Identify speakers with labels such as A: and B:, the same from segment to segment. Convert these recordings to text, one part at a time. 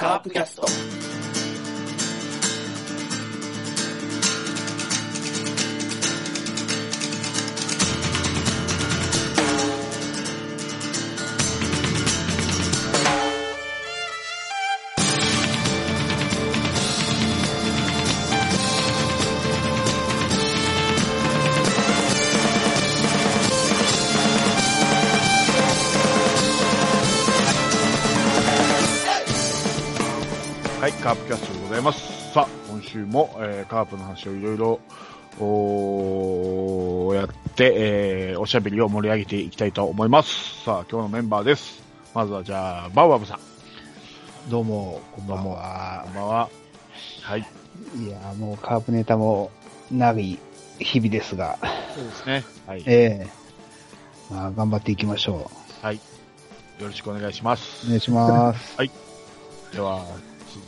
A: カープキャスト。
B: はい、カープキャストでございます。さあ、今週も、えーカープの話をいろいろ、おーやって、えーおしゃべりを盛り上げていきたいと思います。さあ、今日のメンバーです。まずは、じゃあ、バウアブさん。
C: どうも、こんばんは
B: こん。ばんは。はい。
C: いや、もうカープネタも長い日々ですが、
B: そうですね。はい。よ
C: ええまあ、頑張っていきましょ
B: ろしくお願いします。
C: う。お願いします。
B: では、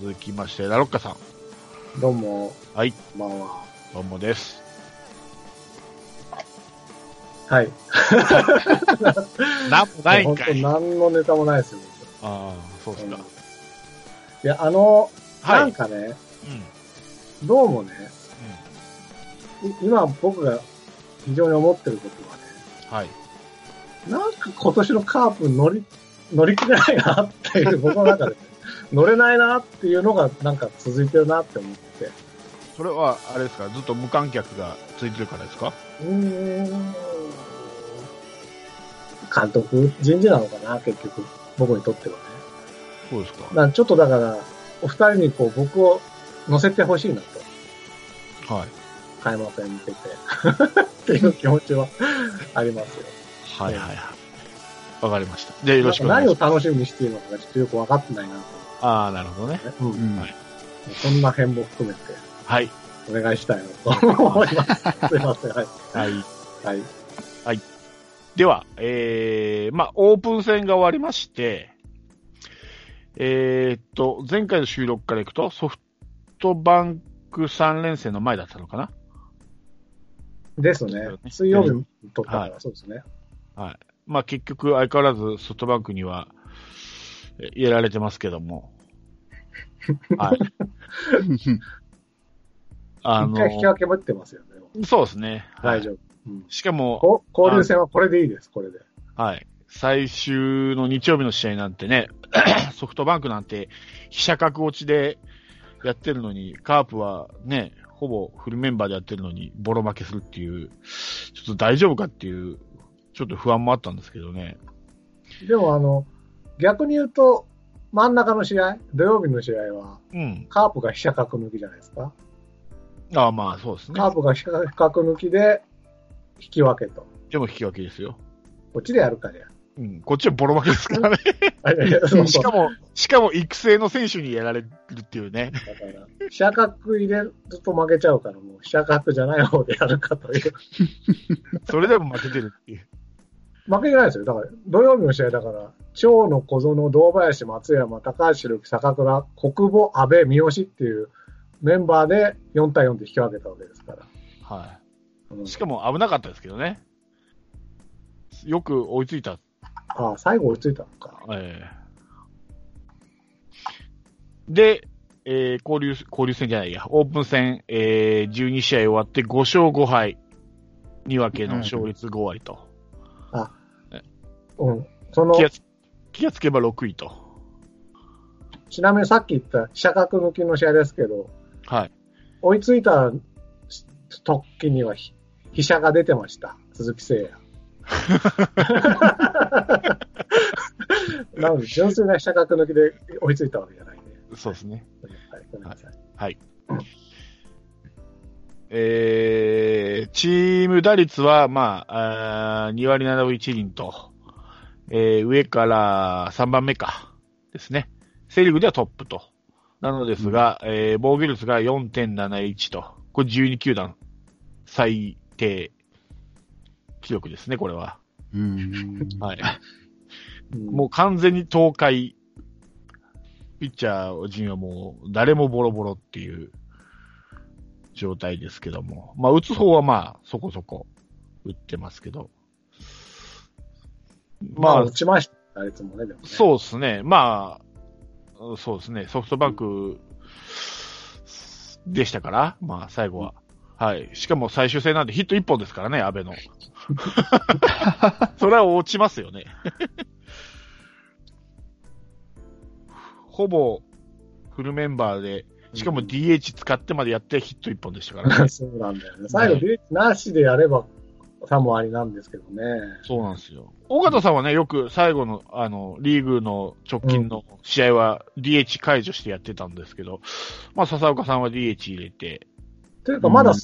B: 続きまして、ラロッカさん。
D: どうも、
B: はい、
D: こんばんは。
B: どうもです。
D: はい。
B: なんもないん
D: 本
B: か
D: 当
B: い。あ
D: 何のネタもないですよ。
B: あー、そうです
D: 僕
B: か
D: い。や、あの、
B: はい。う
D: なんん。かね、
B: うん
D: どうもね、い今僕が非常に思ってることは
B: は
D: ね、
B: い。
D: なんか今年のカープ乗り、乗り切れないなっていう、僕の中で、乗れないなっていうのがなんか続いてるなって思ってて。
B: それは、あれですか、ずっと無観客がついてるからですか
D: うーん。監督人事なのかな、結局。僕にとってはね。
B: そうですか。
D: まあちょっとだから、お二人にこう僕を乗せてほしいなと。
B: はい。
D: 開幕に向けて。 っていう気持ちはありますよ。
B: はいはいはい。わかりました。じゃあよろしくお願い
D: な
B: しま
D: んか何を楽しみにしているのかがちょっとよく分かってないなと
B: す。ああ、なるほどね。
D: 思って、
C: うん
B: はい
D: うん。そんな辺も含めて
B: はい。
D: お願いしたいなと思 います。すいません。はい。
B: はい。
D: はい。
B: では、えー、まあ、オープン戦が終わりまして、えーっと、前回の収録からいくと、ソフトバンク3連戦の前だったのかな
D: ですね。水曜日に撮ったか
B: は
D: ら、そうですね。
B: まあ、結局、相変わらずソフトバンクには、えやられてますけども。はい。あ
D: 一回引き
B: の、
D: 分け持ってますよね。
B: そうですね。は
D: 大
B: い。
D: 丈夫。うん
B: しかも、
D: こ交流戦はこれでいいです、これで。
B: はい。最終の日曜日の試合なんてね、 ソフトバンクなんて、飛車角落ちでやってるのに、カープはね、ほぼフルメンバーでやってるのに、ボロ負けするっていう、ちょっと大丈夫かっていう、ちょっと不安もあったんですけどね。
D: でもあの、逆に言うと、真ん中の試合、土曜日の試合は、
B: うん。
D: カープが飛車角抜きじゃないですか。
B: ああ、まあ、そうですね
D: カ。ープが飛車角抜きで、引き分けと。
B: でも引き分けですよ。
D: こっちでやるかじゃ。
B: うん。こっちはボロ負けですからね。
D: あいやいや そう
B: し
D: そう
B: かも、しかも育成の選手にやられるっていうね。
D: だから、飛車角入れると負けちゃうから、もう飛車角じゃない方でやるかという。
B: それでも負けてるっていう。
D: 負けじゃないですよ。だから、土曜日の試合だから、長野、小園、堂林、松山、高橋、ルキ、坂倉、国母、安倍、三好っていうメンバーで4対4で引き分けたわけですから。
B: はい。
D: うん
B: しかも危なかったですけどね。よく追いついた。
D: ああ、最後追いついたのか。
B: えーで、えー交流、交流戦じゃないや、オープン戦、えー12試合終わって5勝5敗、2分けの勝率5割と。
D: うん。その
B: 気、がつ気がつけば6位と。
D: ちなみにさっき言った飛車角抜きの試合ですけど、
B: はい。
D: 追いついた時にはひ飛車が出てました、鈴木誠 也。なので、純粋な飛車角抜きで追いついたわけじゃないんで。
B: そうですね。
D: はいごめんなさい
B: えーチーム打率は、まあ、あ2割7分1厘と、えー上から3番目か、ですね。セリーグではトップと。なのですが、えー防御率が4.71と、これ12球団最低記録ですね、これは。
C: うん。
B: はい。
D: うん
B: もう完全に倒壊。ピッチャー陣はもう誰もボロボロっていう状態ですけども。まあ、打つ方はまあ、そこそこ打ってますけど。
D: まあ、
B: まあ
D: 打、ちまし打率もね、でもね。
B: そうですね。まあ、うんそうですね。ソフトバンクでしたから、まあ、最後は。はい。しかも最終戦なんてヒット1本ですからね、安倍の。 それは落ちますよね。 ほぼフルメンバーで、しかも DH 使ってまでやってヒット1本でしたからね。
D: そうなんだよね。最後、
B: ね
D: リリースなしでやれば、さもありなんですけどね。
B: そうなんですよ。尾形さんはね、よく最後の、あの、リーグの直近の試合は DH 解除してやってたんですけど、まあ、笹岡さんは DH 入れて、
D: というか、まだ
C: うん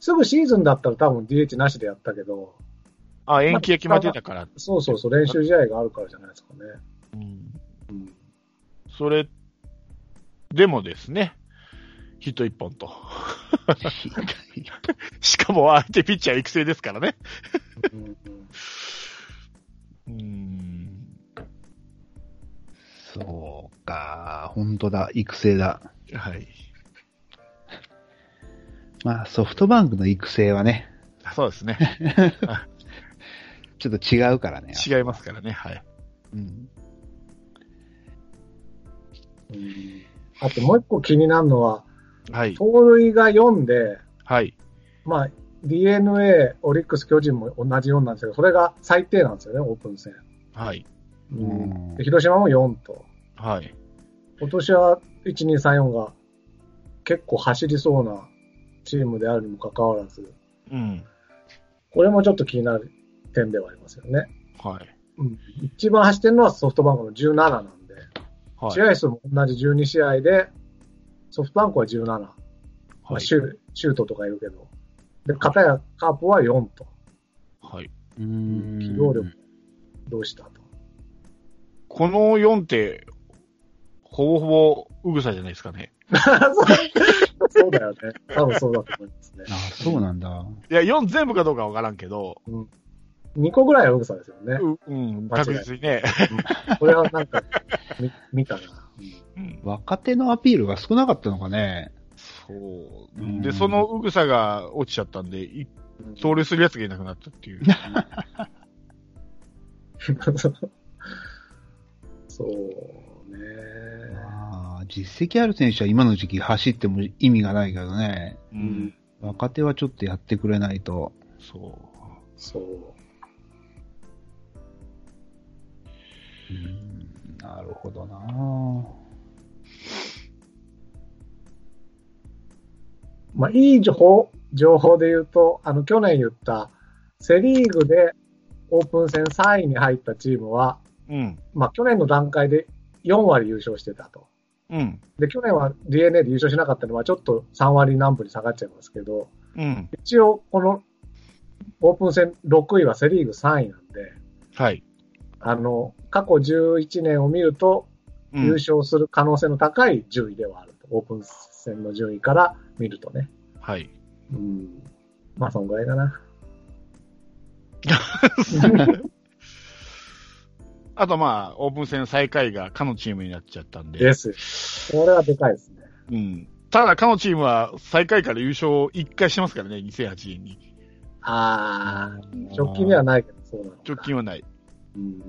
D: すぐシーズンだったら多分 DH なしでやったけど、
B: あ、延期が決まってたから、
D: そうそうそう、練習試合があるからじゃないですかね。
B: うん
D: うん、
B: それ、でもですね、ヒット1本と。 しかも相手ピッチャー育成ですからね。
D: うん
B: うん。
C: そうか、本当だ、育成だ。
B: はい。
C: まあ、ソフトバンクの育成はね、
B: そうですね。
C: ちょっと違うからね。
B: 違いますからね。はい。
C: うん。
D: うんあともう一個気になるのは、
B: はい。
D: 盗塁が4で、
B: はい。
D: まあ、DNA、オリックス、巨人も同じ4なんですけど、それが最低なんですよね、オープン戦。
B: はい。
C: うん
D: で広島も4と。
B: はい。
D: 今年は1、2、3、4が結構走りそうなチームであるにもかかわらず、
B: うん。
D: これもちょっと気になる点ではありますよね。
B: はい。
D: うん、一番走ってるのはソフトバンクの17なんで、
B: はい。
D: 試合数も同じ12試合で、ソフトバンクは17、ま
B: は
D: あ、
B: い。
D: シュシュートとかいるけど、で、片やカープは4と、
B: はい。
C: うん。
D: 機動力どうしたと。
B: この4って、ほぼほぼ、うぐさじゃないですかね。
D: そうだよね。多分そうだと思いますね。
C: あ、そうなんだ。
B: いや、4全部かどうかわからんけど、
D: 2個ぐらいはウグサですよね。
B: ううん、
D: 間違いな
B: 確
D: い
B: 実にね。
D: これはなんか、み見たな。
B: うん
C: 若手のアピールが少なかったのかね。
B: そう。で、そのうぐさが落ちちゃったんで、い
D: うん
B: 盗塁するやつがいなくなったっていう。
D: そうね。
C: まあ、実績ある選手は今の時期走っても意味がないけどね。
B: うんん。
C: 若手はちょっとやってくれないと。
B: そう。
D: そう。
C: うん、なるほどな
D: まあ、いい情報、情報で言うと、あの、去年言った、セリーグでオープン戦3位に入ったチームは、
B: うん。
D: まあ、去年の段階で4割優勝してたと。
B: うん。
D: で、去年は DNA で優勝しなかったのは、ちょっと3割南部に下がっちゃいますけど、
B: うん。
D: 一応、この、オープン戦6位はセリーグ3位なんで、
B: はい。
D: あの、過去11年を見ると、
B: うん
D: 優勝する可能性の高い順位ではあると。オープン戦の順位から見るとね。
B: はい。
D: うん。まあ、そんぐらいだな。
B: あとまあ、オープン戦最下位がかのチームになっちゃったんで。
D: です。これはでかいですね。
B: うん。ただ、かのチームは最下位から優勝1回してますからね、2008年に。
D: ああ、直近ではないけど、そうなのか。
B: 直近はない。
D: うん。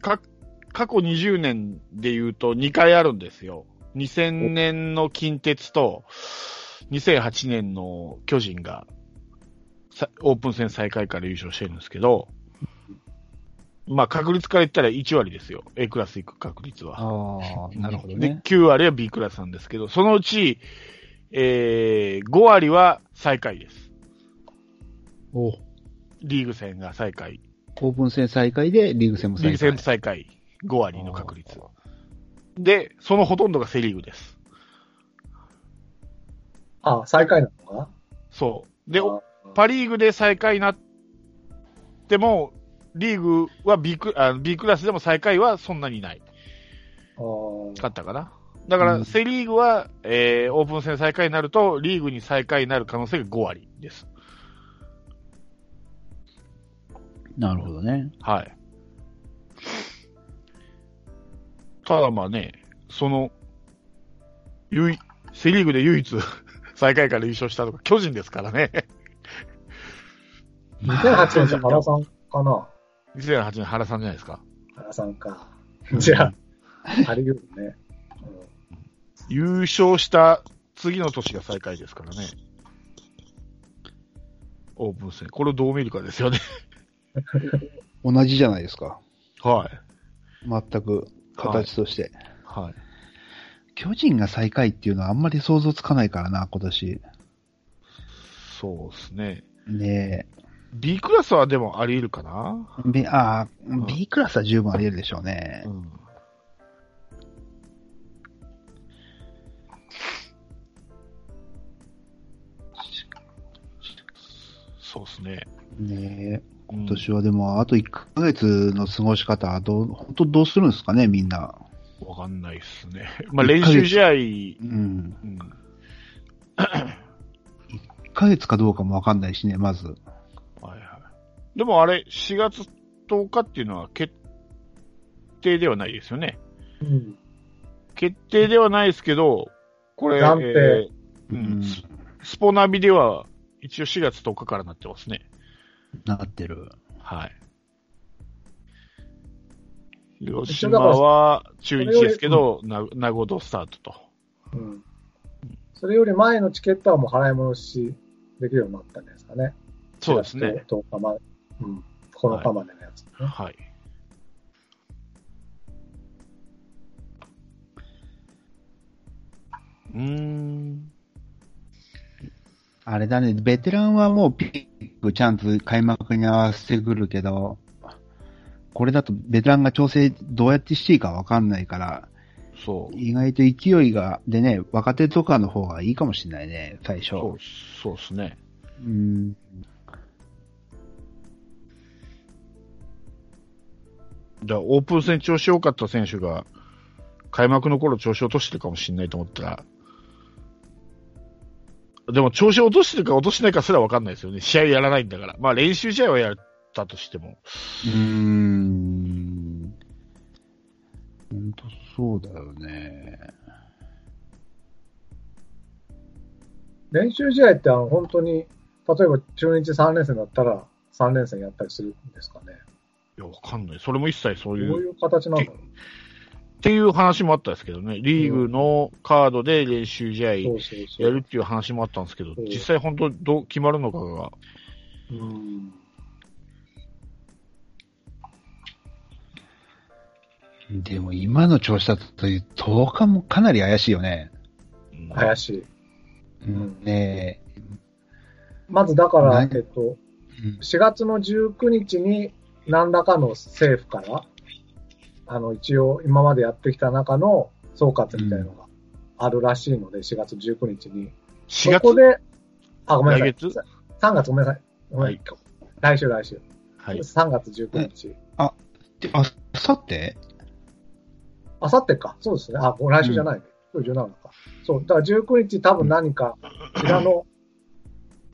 B: か、過去20年で言うと2回あるんですよ。2000年の近鉄と、2008年の巨人が、さオープン戦最下位から優勝してるんですけど、まあ確率から言ったら1割ですよ。A クラス行く確率は。
C: ああ、なるほど
B: で
C: ね。
B: 9割は B クラスなんですけど、そのうち、えー、5割は最下位です。
C: お
B: リーグ戦が最下位。
C: オープン戦再開でリーグ戦も
B: リー
C: 再
B: グ
C: 開。
B: 戦最下位。5割の確率。で、そのほとんどがセリーグです。
D: あ、最下位なのか
B: そう。で、
D: あ
B: パリーグで最下位になっても、リーグは B クあ B クラスでも最下位はそんなにない。
D: あー
B: かったかな。だから、
C: うん
B: セリーグは、えー、オープン戦最下位になると、リーグに最下位になる可能性が5割です。
C: なるほどね。
B: はい。ただまあね、その、唯一セリーグで唯一 最下位から優勝したのが巨人ですからね。
D: 2008年じゃ原さん、かな
B: 2008年原さんじゃないですか。
D: 原さんか。じゃあ、あり得るね。
B: 優勝した次の年が最下位ですからね。オープン戦。これをどう見るかですよね。
C: 同じじゃないですか。
B: はい。
C: 全く、形として。
B: はい。
C: 巨人が最下位っていうのはあんまり想像つかないからな、今年。
B: そうですね。
C: ね
B: B クラスはでもあり得るかな、
C: え。B、あ
B: ん
C: ー B クラスは十分あり得るでしょうね
B: う。ん、そうですね。
C: ねえ。
B: 今
C: 今年はでも、あと1ヶ月の過ごし方はどう、本当どうするんですかね、みんな。
B: わかんないっす ね。まあ練習試合、
C: う。
B: うんん、
C: 1ヶ月かどうかもわかんないしね、まず。
B: はいはい。でもあれ、4月10日っていうのは決定ではないですよね。
D: うん。
B: 決定ではないですけど、これ、
D: 暫定
B: えーうん、ススポナビでは一応4月10日からなってますね。
C: なってる。
B: はい。広島は中日ですけど、な名護とスタートと。
D: うん。うん。それより前のチケットはもう払い戻しできるようになったんじゃないですかね。
B: そうですね。
D: 10日まで。うん。9日までのやつ、ね
B: はい。うーん。
C: あれだね、ベテランはもうピックチャンス開幕に合わせてくるけど、これだとベテランが調整どうやってしていいかわかんないから、
B: そう。
C: 意外と勢いが、でね、若手とかの方がいいかもしれないね、最初。
B: そう、そうですね。
C: うん。
B: じゃあ、オープン戦調子良かった選手が、開幕の頃調子落としてるかもしれないと思ったら、でも調子落としてるか落としてないかすら分かんないですよね。試合やらないんだから。まあ練習試合はやったとしても。
C: うん。本当そうだよね。
D: 練習試合ってあの本当に、例えば中日3連戦だったら3連戦やったりするんですかね。
B: いや、分かんない。それも一切そう
D: どう
B: いう。
D: いう形なんだろう。
B: っていう話もあったんですけどね。リーグのカードで練習試合や
D: そうそうそう。
B: るっていう話もあったんですけど、
D: うん
B: 実際本当どう決まるのかが。
D: うん。
C: でも今の調子だと10日もかなり怪しいよね。
B: うん
D: 怪しい。
C: うん、ねえ。
D: まずだから、
C: は
D: え
C: い
D: っと、
C: うん
D: 4月の19日に何らかの政府から、あの、一応今までやってきた中の総括みたいなのがあるらしいので、4月19日に。
B: 4
D: そ
B: 月
D: こで、あ、ごめんなさい。
B: 来月
D: ?3 月ごめんなさい。ごめん、
B: はい
D: 来週来週。
B: はい。
D: 3月19日。
C: であ、あさって
D: あさってか。そうですね。あ、もう来週じゃない、ね。今日17か。そう。だから19日多分何か、こちらの、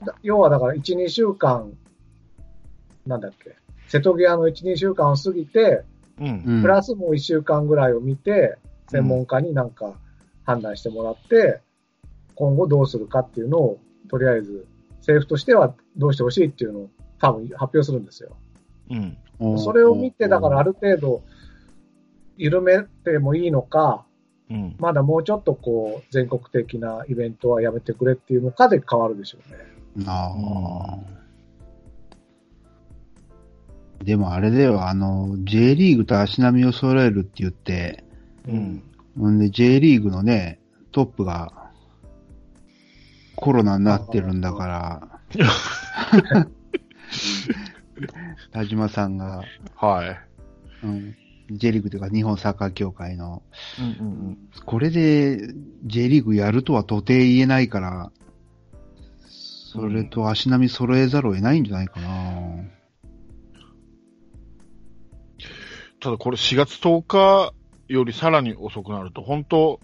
D: だ要はだから1、2週間、なんだっけ、瀬戸際の1、2週間を過ぎて、
B: うん。
C: うん
D: プラスもう1週間ぐらいを見て、専門家になんか判断してもらって、今後どうするかっていうのを、とりあえず政府としてはどうしてほしいっていうのを多分発表するんですよ。
B: うん。
D: それを見て、だからある程度、緩めてもいいのか、
B: うん。
D: まだもうちょっとこう、全国的なイベントはやめてくれっていうのかで変わるでしょうね。
C: なあ。でもあれでは、あの、J リーグと足並みを揃えるって言って、
B: うん。
C: んで J リーグのね、トップがコロナになってるんだ から、田島さんが、
B: はい。
C: うん、J リーグというか日本サッカー協会の、
B: うんうん
C: これで J リーグやるとは到底言えないから、それと足並み揃えざるを得ないんじゃないかな。
B: ただこれ4月10日よりさらに遅くなると、本当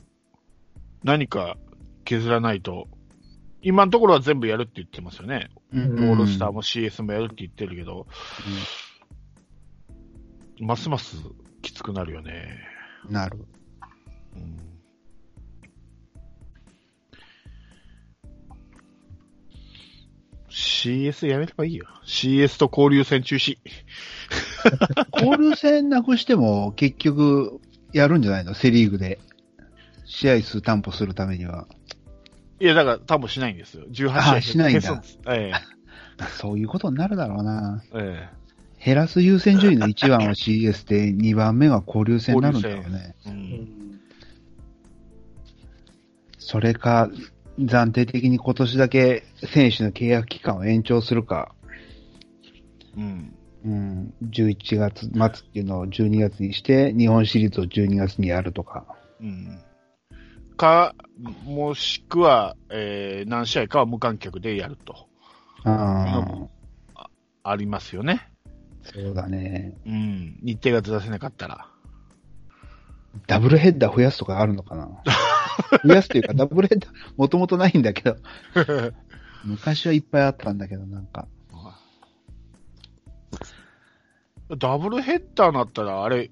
B: 何か削らないと、今のところは全部やるって言ってますよね。
D: うん
B: オールスターも CS もやるって言ってるけど、ますますきつくなるよね。
C: うんなる。
B: うん CS やめればいいよ。CS と交流戦中止。
C: 交流戦なくしても、結局、やるんじゃないのセリーグで。試合数担保するためには。
B: いや、だから、多分しないんですよ。18試合
C: あしないんだ
B: 消すです。え
C: そういうことになるだろうな。
B: え、え
C: 減らす優先順位の1番を CS で、2番目は交流戦になるんだろうね。
B: え。う。
D: うんん
C: それか、暫定的に今年だけ選手の契約期間を延長するか、
B: うん。
C: うん、11月末っていうのを12月にして、日本シリーズを12月にやるとか。
B: うん。か、もしくは、えー、何試合かは無観客でやると。
C: ああ、
B: ありますよね。
C: そうだね。
B: うん。日程がずらせなかったら。
C: ダブルヘッダー増やすとかあるの かな増やすというか、ダブルヘッダー、もともとないんだけ ど、昔はいっぱいあったんだけど、なんか。
B: ダブルヘッダーになったら、あれ、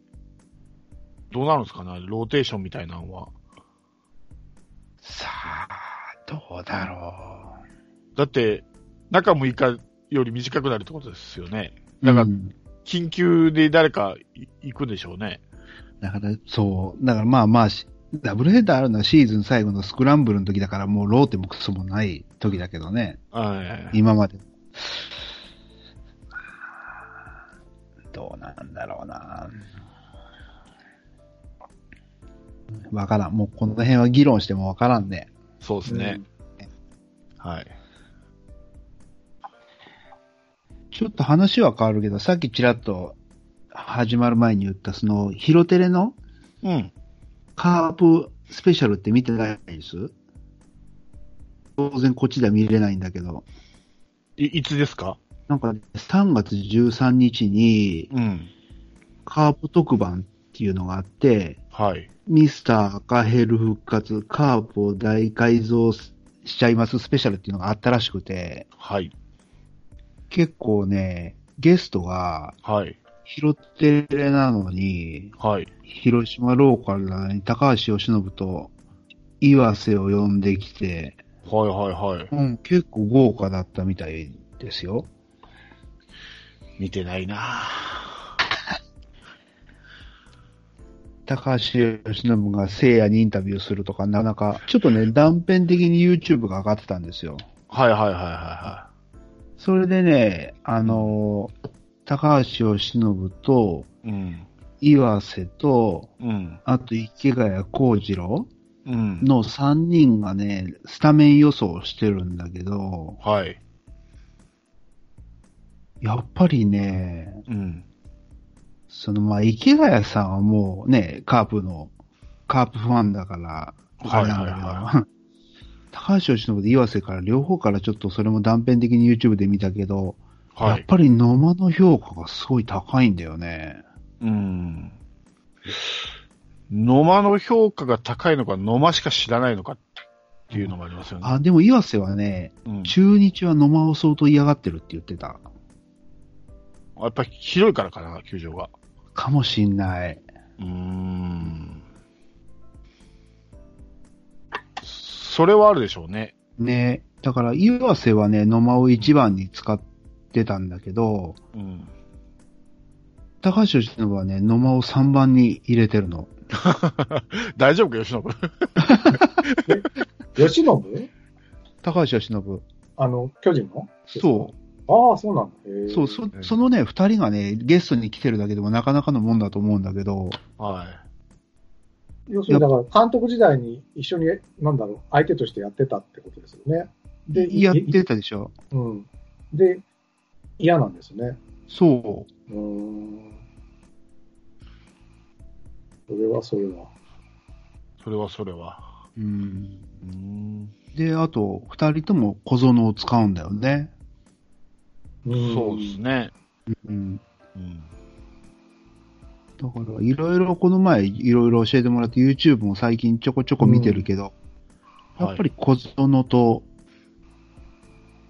B: どうなるんですかねローテーションみたいなのは。
C: さあ、どうだろ
B: だって、中6日より短くなるってことですよね。
C: う。
B: なんか
C: うん
B: 緊急で誰かい行くんでしょうね。
C: だから、そう。だからまあまあし、ダブルヘッダーあるのはシーズン最後のスクランブルの時だから、もうローテもクソもない時だけどね。
B: はい。
C: 今まで。どうなんだろうな。わからん。もうこの辺は議論してもわからんね。
B: そうですね。はい。
C: ちょっと話は変わるけど、さっきちらっと始まる前に言った、その、ヒロテレの
B: うん。
C: カープスペシャルって見てないです当然こっちでは見れないんだけど、
B: い、いつですか
C: なんかね3月13日に
B: うん。
C: カープ特番っていうのがあって、
B: はい。
C: ミスター赤ヘル復活、カープを大改造しちゃいますスペシャルっていうのがあったらしくて、
B: はい。
C: 結構ね、ゲストが
B: はい。
C: 拾ってれなのに、
B: はい。
C: 広島ローカルなのに高橋由伸と岩瀬を呼んできて、
B: はいはいはい。
C: うん、結構豪華だったみたいですよ。
B: 見てないな
C: 高橋由伸が聖夜にインタビューするとか、なかなか、ちょっとね、断片的に YouTube が上がってたんですよ。
B: はいはいはいはいは
C: それでね、あのー高橋由伸と、
B: い。うん。
C: 岩瀬と、
B: うん。
C: あと池谷幸次郎
B: うん。
C: の3人がね、スタメン予想をしてるんだけど、
B: はい。
C: やっぱりね、
B: うん。
C: そのまあ池谷さんはもうね、カープの、カープファンだから、
B: はいはいはい
C: あれなんだけど 高橋由伸と岩瀬から両方からちょっとそれも断片的に YouTube で見たけど、
B: は
C: やっ
B: い。
C: ぱり野間の評価がすごい高いんだよね。
B: うん。野間の評価が高いのか、野間しか知らないのかっていうのもありますよね。
C: あ、でも岩瀬はね、
B: うん、
C: 中日は野間を相当嫌がってるって言ってた。
B: やっぱり広いからかな、球場が。
C: かもしんない。
B: うーん。それはあるでしょうね。
C: ね。だから岩瀬はね、野間を一番に使ってたんだけど、
B: うん。
C: 高橋由伸はね、野間を3番に入れてるの。
B: 大丈夫か、吉野君。
D: 吉信
C: 高橋由伸。
D: あの、巨人の
C: そう。
D: ああ、そうなんだ。へえ
C: そう、そそのね、二人がね、ゲストに来てるだけでもなかなかのもんだと思うんだけど、
B: はい。
D: 要するに、だから、監督時代に一緒に、なんだろう、相手としてやってたってことですよね。で、い
C: やってたでしょ。
D: うん。で、嫌なんですね。
C: そう。
D: うーん。それはそれは。
B: それはそれは。
C: うん、
B: うーん。
C: で、あと、二人とも小園を使うんだよね。
B: そうですね。
C: うん、
B: うん。
C: だから、いろいろこの前、いろいろ教えてもらって YouTube も最近ちょこちょこ見てるけど、
B: うん
C: やっぱり小園と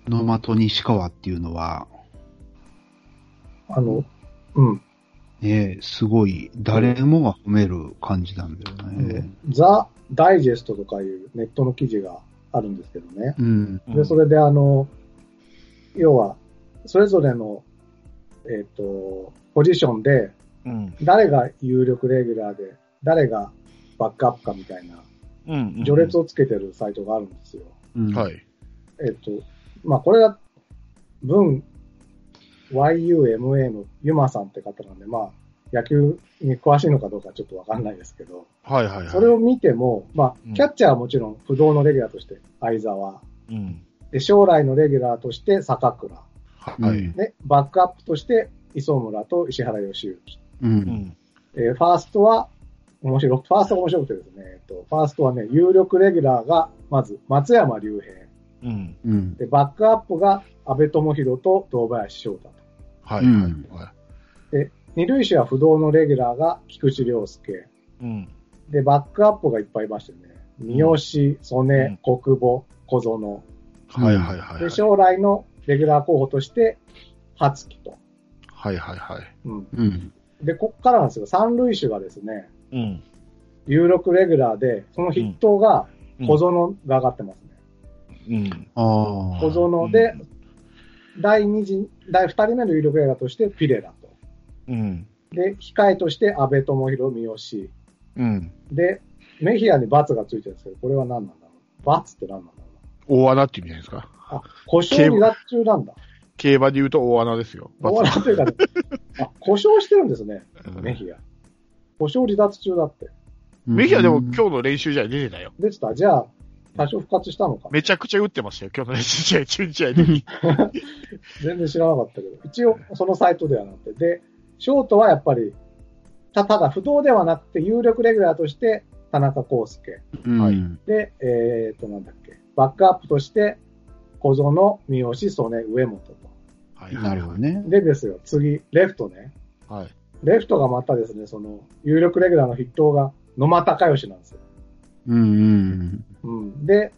C: 野間と西川っていうのは、
D: あの、うん。
C: ね、すごい、誰もが褒める感じなんだよね。
D: ザ・ダイジェストとかいうネットの記事があるんですけどね。
C: うん。
D: で、それであの、要は、それぞれの、えっ、と、ポジションで、
B: うん。
D: 誰が有力レギュラーで、誰がバックアップかみたいな、
B: うん。うん
D: 序列をつけてるサイトがあるんですよ。
C: うん
B: はい。
D: えっ、と、まあ、これが、文、YUMA のユマさんって方なんで、まあ、野球に詳しいのかどうかちょっとわかんないですけど、
B: はいはいはい。
D: それを、見ても、ま
B: うん
D: あ、キャッチャーはもちろん不動のレギュラーとして、相沢。
B: うん。
D: で、将来のレギュラーとして坂倉。
B: は
C: う
B: い
C: ん。
D: ね、バックアップとして磯村と石原義行。
C: う。
B: うんん。
D: えーファーストは、面白い、ファーストが面白くてですね、えっと、ファーストはね、有力レギュラーが、まず、松山隆平。
B: うん。
C: うん。
D: で、バックアップが、安倍智弘と堂林翔太と。
B: はいはい
C: うん
B: は
D: で、二塁手は不動のレギュラーが、菊池涼介。
B: い。うん。
D: で、バックアップがいっぱいいましたよね。三好、曽根、国母、小園。
B: はいはいはい。
D: で、将来のレギュラー候補として、初木と。
B: はいはいはい。
D: うん。
C: うん。
D: で、こっからなんですよ。三塁手がですね、
B: うん。
D: 有力レギュラーで、その筆頭が小園が上がってますね。
B: うん。
C: ああ。
D: 小園で、第二次、第二人目の有力レギュラーとしてピレラと。
B: うん。
D: で、控えとして安倍智弘三好。
B: うん。
D: で、メヒアに罰がついてるんですけど、これは何なんだろう。罰って何なんだろう
B: 大穴って意味じゃないですか。
D: な。あ、故障離脱中なんだ。
B: 競馬で言うと大穴ですよ。
D: 終わらんという かね、あ、故障してるんですね、
B: うん
D: メヒア。故障離脱中だって。
C: うん
B: メヒアでも今日の練習試合出てたよ。
D: でした。じゃあ、多少復活したのか。
B: めちゃくちゃ打ってましたよ。今日の練習試合、 中日試合に。
D: 全然知らなかったけど、一応そのサイトではなくて、で、ショートはやっぱり、たただ不動ではなくて、有力レギュラーとして田中康介。
C: うん
B: はい
D: で、えー、と、なんだっけ、バックアップとして、小園、三好、曽根、上本と。
B: はい
C: なるほど。ね。
D: でですよ、次、レフトね。
B: はい。
D: レフトがまたですね、その、有力レギュラーの筆頭が野間隆義なんですよ。
C: うん
D: うん。で、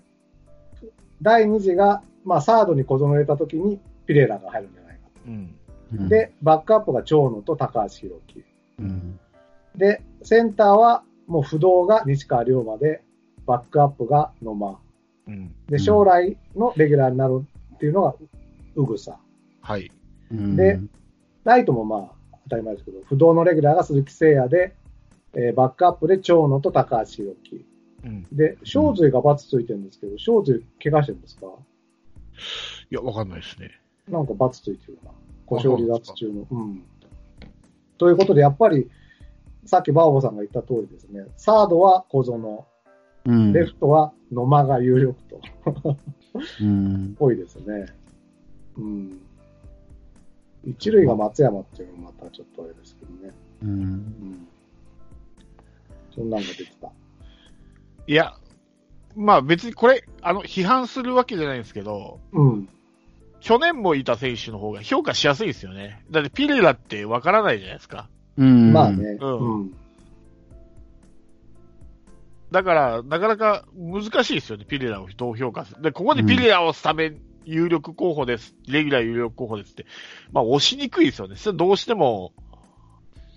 D: 第2次が、まあ、サードに小園を入れた時に、ピレラが入るんじゃないか
B: うん。
C: うん。
D: と。、で、バックアップが長野と高橋宏樹。
C: うん。
D: で、センターはもう不動が西川龍馬で、バックアップが野間。
B: うん。
D: で、将来のレギュラーになるっていうのがうぐさ。
B: はい。
C: うん
D: で、ライトもまあ当たり前ですけど、不動のレギュラーが鈴木誠也で、えーバックアップで長野と高橋宏樹。
B: うん。
D: で、正髄がバツついてるんですけど、正髄怪我してるんですか
B: いや、わかんないですね。
D: なんかバツついてるな。故障離脱中の。うん。ということで、やっぱり、さっきバーボさんが言った通りですね、サードは小園、
C: うん。
D: レフトは野間が有力と。
C: うん。
D: 多いですね。うん。一塁が松山っていうのもまたちょっとあれですけどね。
C: うん
D: う。ん。そんなんが出てた。
B: いや、まあ別にこれ、あの、批判するわけじゃないんですけど、
D: うん。
B: 去年もいた選手の方が評価しやすいですよね。だってピレラってわからないじゃないですか。
C: うん。
D: まあ。ね。
B: う
D: うんん。
B: だから、なかなか難しいですよね、ピレラをどう評価する。で、ここでピレラをスタメン有力候補です、レギュラー有力候補ですって、まあ、押しにくいですよね。それどうしても、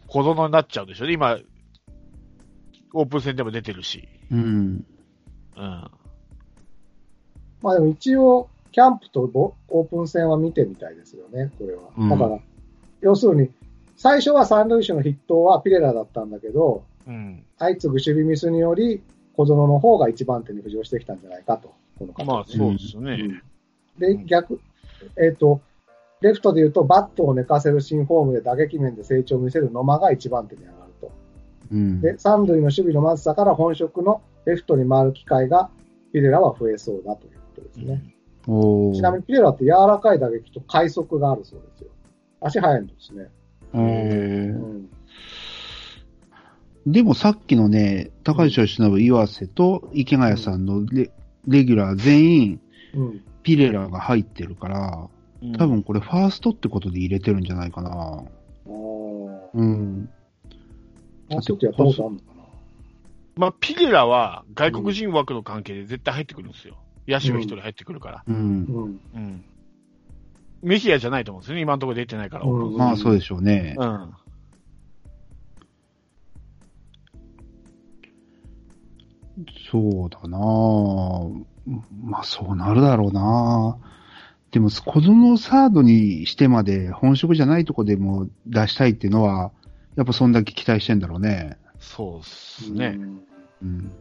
B: 小園になっちゃうんでしょうね。今、オープン戦でも出てるし。
C: うん。
B: うん。
D: まあでも一応、キャンプとボオープン戦は見てみたいですよね、これは。
C: うん
D: だから、要するに、最初は三塁手の筆頭はピレラだったんだけど、
B: うん。
D: 相次ぐ守備ミスにより、小園の方が一番手に浮上してきたんじゃないかと。この方
B: まあ、そうですね。
D: で、逆、えっ、と、レフトで言うと、バットを寝かせる新フォームで打撃面で成長を見せる野間が一番手に上がると。
C: うん。
D: で、三塁の守備のまずさから本職のレフトに回る機会が、ピレラは増えそうだということですね。
C: おー
D: ちなみにピレラって柔らかい打撃と快速があるそうですよ。足速いんですね。
C: え
D: う
C: ー
D: ん。
C: でもさっきのね、高橋由伸、岩瀬と池谷さんのレレギュラー全員、
D: うん。
C: ピレラが入ってるから、
B: うん
C: 多分これファーストってことで入れてるんじゃないかな。
D: あ
C: うん。
D: あ。ちょっとやったことあるのかな。
B: まあ、ピレラは外国人枠の関係で絶対入ってくるんですよ。野手が一人入ってくるから。
C: うん。
D: うん。
B: うん。メヒアじゃないと思うんですよね。今のところ出てないから、
D: うん
B: オープン戦
C: まあそうでしょうね。
B: うん
C: そうだなぁまあそうなるだろうなぁでも、小園をサードにしてまで本職じゃないとこでも出したいっていうのは、やっぱそんだけ期待してんだろうね。
B: そうっすね。
C: うん。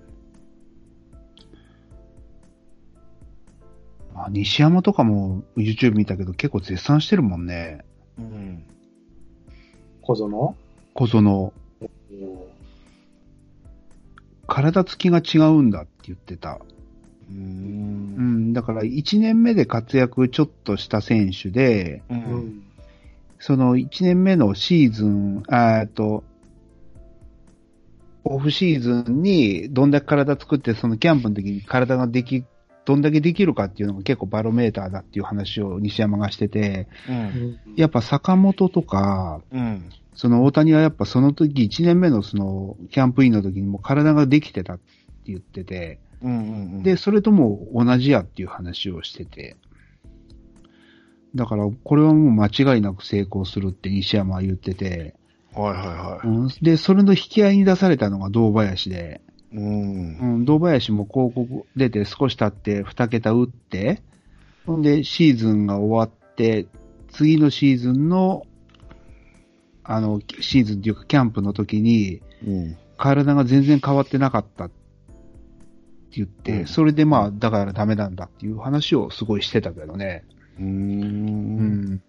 C: あ西山とかも YouTube 見たけど結構絶賛してるもんね。
B: うん。
D: 小園
C: 小園。体つきが違うんだって言ってた。
B: う。
C: うんん。だから1年目で活躍ちょっとした選手で、
B: う。
D: うんん。
C: その1年目のシーズン、あーえっと、オフシーズンにどんだけ体作って、そのキャンプの時に体ができ、どんだけできるかっていうのが結構バロメーターだっていう話を西山がしてて、
B: うん。
C: やっぱ坂本とか、
B: うん。
C: その大谷はやっぱその時1年目のそのキャンプインの時にもう体ができてたって言ってて、
B: うん。
C: で、、それとも同じやっていう話をしてて。だから、これはもう間違いなく成功するって西山は言ってて、
B: はいはいは
C: うん、で、それの引き合いに出されたのが堂林で、
B: い。うん
C: う。ん、堂林も広告出て少し経って2桁打って、ほんで、シーズンが終わって、次のシーズンの、あの、シーズンっていうかキャンプの時に、
B: うん。
C: 体が全然変わってなかったって言って、
B: うん
C: それでまあ、だからダメなんだっていう話をすごいしてたけどね。
B: う。
C: うんん。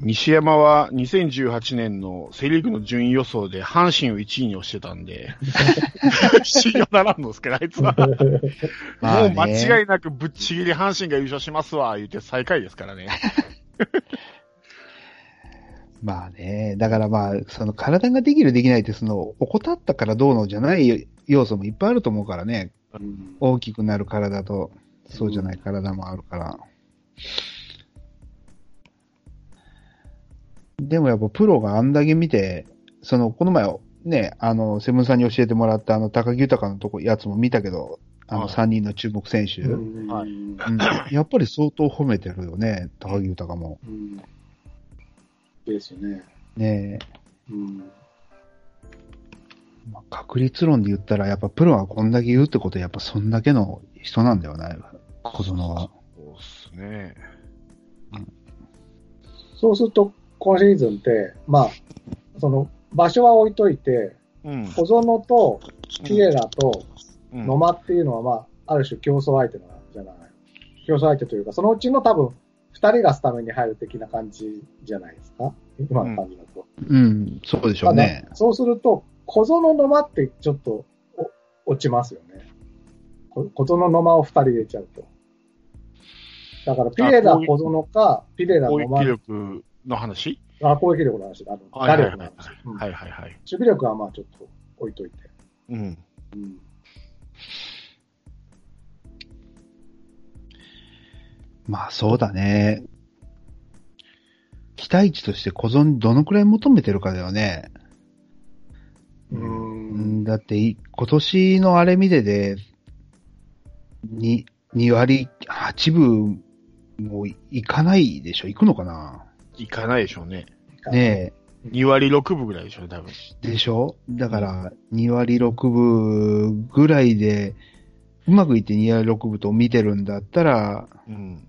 B: 西山は2018年のセリーグの順位予想で阪神を1位に押してたんで、信用ならんのですけど、あいつは。も
C: まあ
B: う
C: ね
B: 間違いなくぶっちぎり阪神が優勝しますわ、言うて最下位ですからね。
C: まあね、だからまあ、その体ができるできないって、その、怠ったからどうのじゃない要素もいっぱいあると思うからね。
D: うん
C: 大きくなる体と、そうじゃない体もあるから。でもやっぱプロがあんだけ見て、その、この前、ね、あの、セブンさんに教えてもらったあの、高木豊のとこ、やつも見たけど、あ
B: は
C: の、
B: い
C: 3人の注目選手、うん
D: うん
B: はい
C: やっぱり相当褒めてるよね、高木豊も。
D: うんですよね。
C: ね
D: うん
C: え、まあ確率論で言ったら、やっぱプロはこんだけ言うってことは、やっぱそんだけの人なんだよね、小園は。
B: そうっすね。
D: そうすると、今シーズンって、まあ、その、場所は置いといて、
B: うん。
D: 小園とピエラと
B: うん
D: 野間っていうのは、まあ、ある種競争相手なんじゃない競争相手というか、そのうちの多分、二人がスタメンに入る的な感じじゃないですか今の感じだと。
C: うん、そうでしょうね
D: た。だそうすると、小園の間ってちょっとお落ちますよね。こ小園の間を2人入れちゃうと。だから、ピレラ小園か、ピレラ
B: 攻
D: の
B: 撃
D: 間、
B: 力の話
D: あ攻撃力の話だ。あの、
B: はいはい
D: 誰
B: はい
D: 力の話。うん
B: はいはいはい。
D: 守備力はまあちょっと置いといて。
B: うん。
D: うん
C: まあそうだね。期待値として小園にどのくらい求めてるかだよね。
D: う。
C: うんん、だってい今年のあれ見てで、に2割8分もいかないでしょ行くのかない
B: かないでしょうね。
C: ね
B: 2割6分ぐらいでしょうね、多分。
C: え。でしょだから2割6分ぐらいで、うまくいって2割6分と見てるんだったら、
B: うん。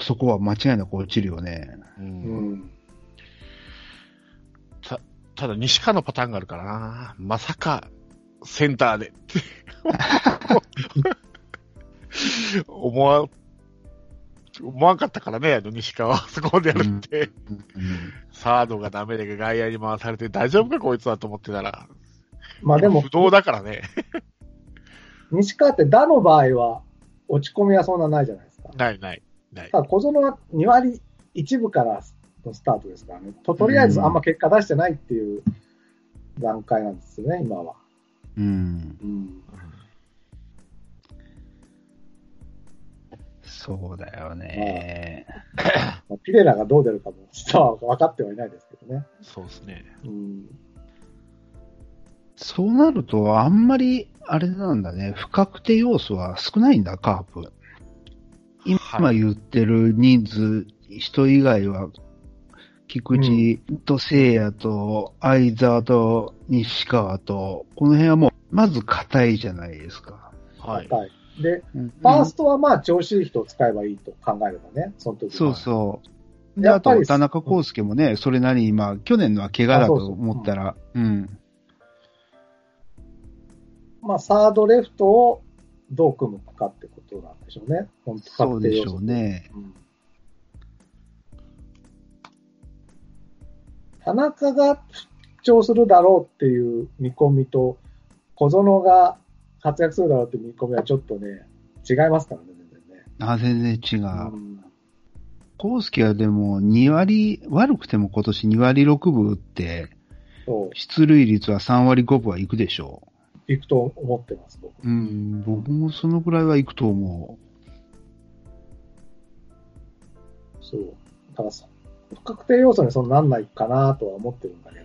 C: そこは間違いなく落ちるよね。
B: う。
D: うんん。
B: ただ、西川のパターンがあるからな。まさか、センターで。 思わ、思わんかったからね、あの西川は。そこまでやるって。
C: うん
B: サードがダメで外野に回されて大丈夫か、こいつはと思ってたら。
D: まあでも
B: 不、動だからね。
D: 西川って打の場合は、落ち込みはそんなないじゃないですか。
B: ないない。ない。
D: ただ、小園は2割1分からのスタートですからね。ととりあえずあんま結果出してないっていう段階なんですよね、今は。
C: うん
D: うん。
C: そうだよね。
D: まあピレラがどう出るかも、実は分かってはいないですけどね。
B: そうですね。
D: うん。
C: そうなると、あんまり、あれなんだね、不確定要素は少ないんだ、カープ。今
B: はい
C: 言ってる人数、人以外は、菊池と聖也と相沢と西川と、この辺はもう、まず硬いじゃないですか。
B: はい。
D: はい。で、
C: うん
D: ファーストはまあ調子いい人を使えばいいと考えればね、その時は
C: そうそう。で、
D: や
C: あ
D: っぱり
C: と、田中康介もね、それなりに、まあ、去年のは怪我だと思ったら、うん。
D: まあサードレフトをどう組むかってことなんでしょうね。本当
C: そうでしょう
D: ね。
C: ね。
D: うん田中が復調するだろうっていう見込みと、小園が活躍するだろうっていう見込みはちょっとね、違いますからね、全然ね。
C: あ、全然違う
D: う。ん
C: 康介はでも、2割、悪くても今年2割6分打って、
D: そう、
C: 出塁率は3割5分はいくでしょ
D: いくと思ってます、僕。
C: う。うん、僕もそのくらいはいくと思
D: そう。だからさ、不確定要素にそんなんないかなとは思ってるんだけど、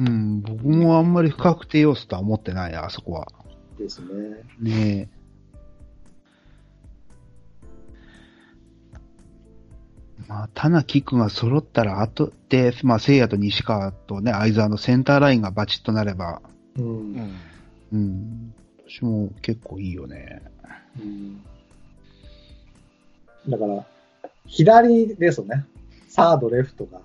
C: う。うん、僕もあんまり不確定要素とは思ってないな、あそこは。
D: ですね。
C: ねえ。まあ、田中君が揃ったら、あとで、まあ、聖夜と西川とね、相沢のセンターラインがバチッとなれば、
D: う。
B: うんん。
C: うん、私も結構いいよね。
D: うん、だから、左ですね。サード、レフトが。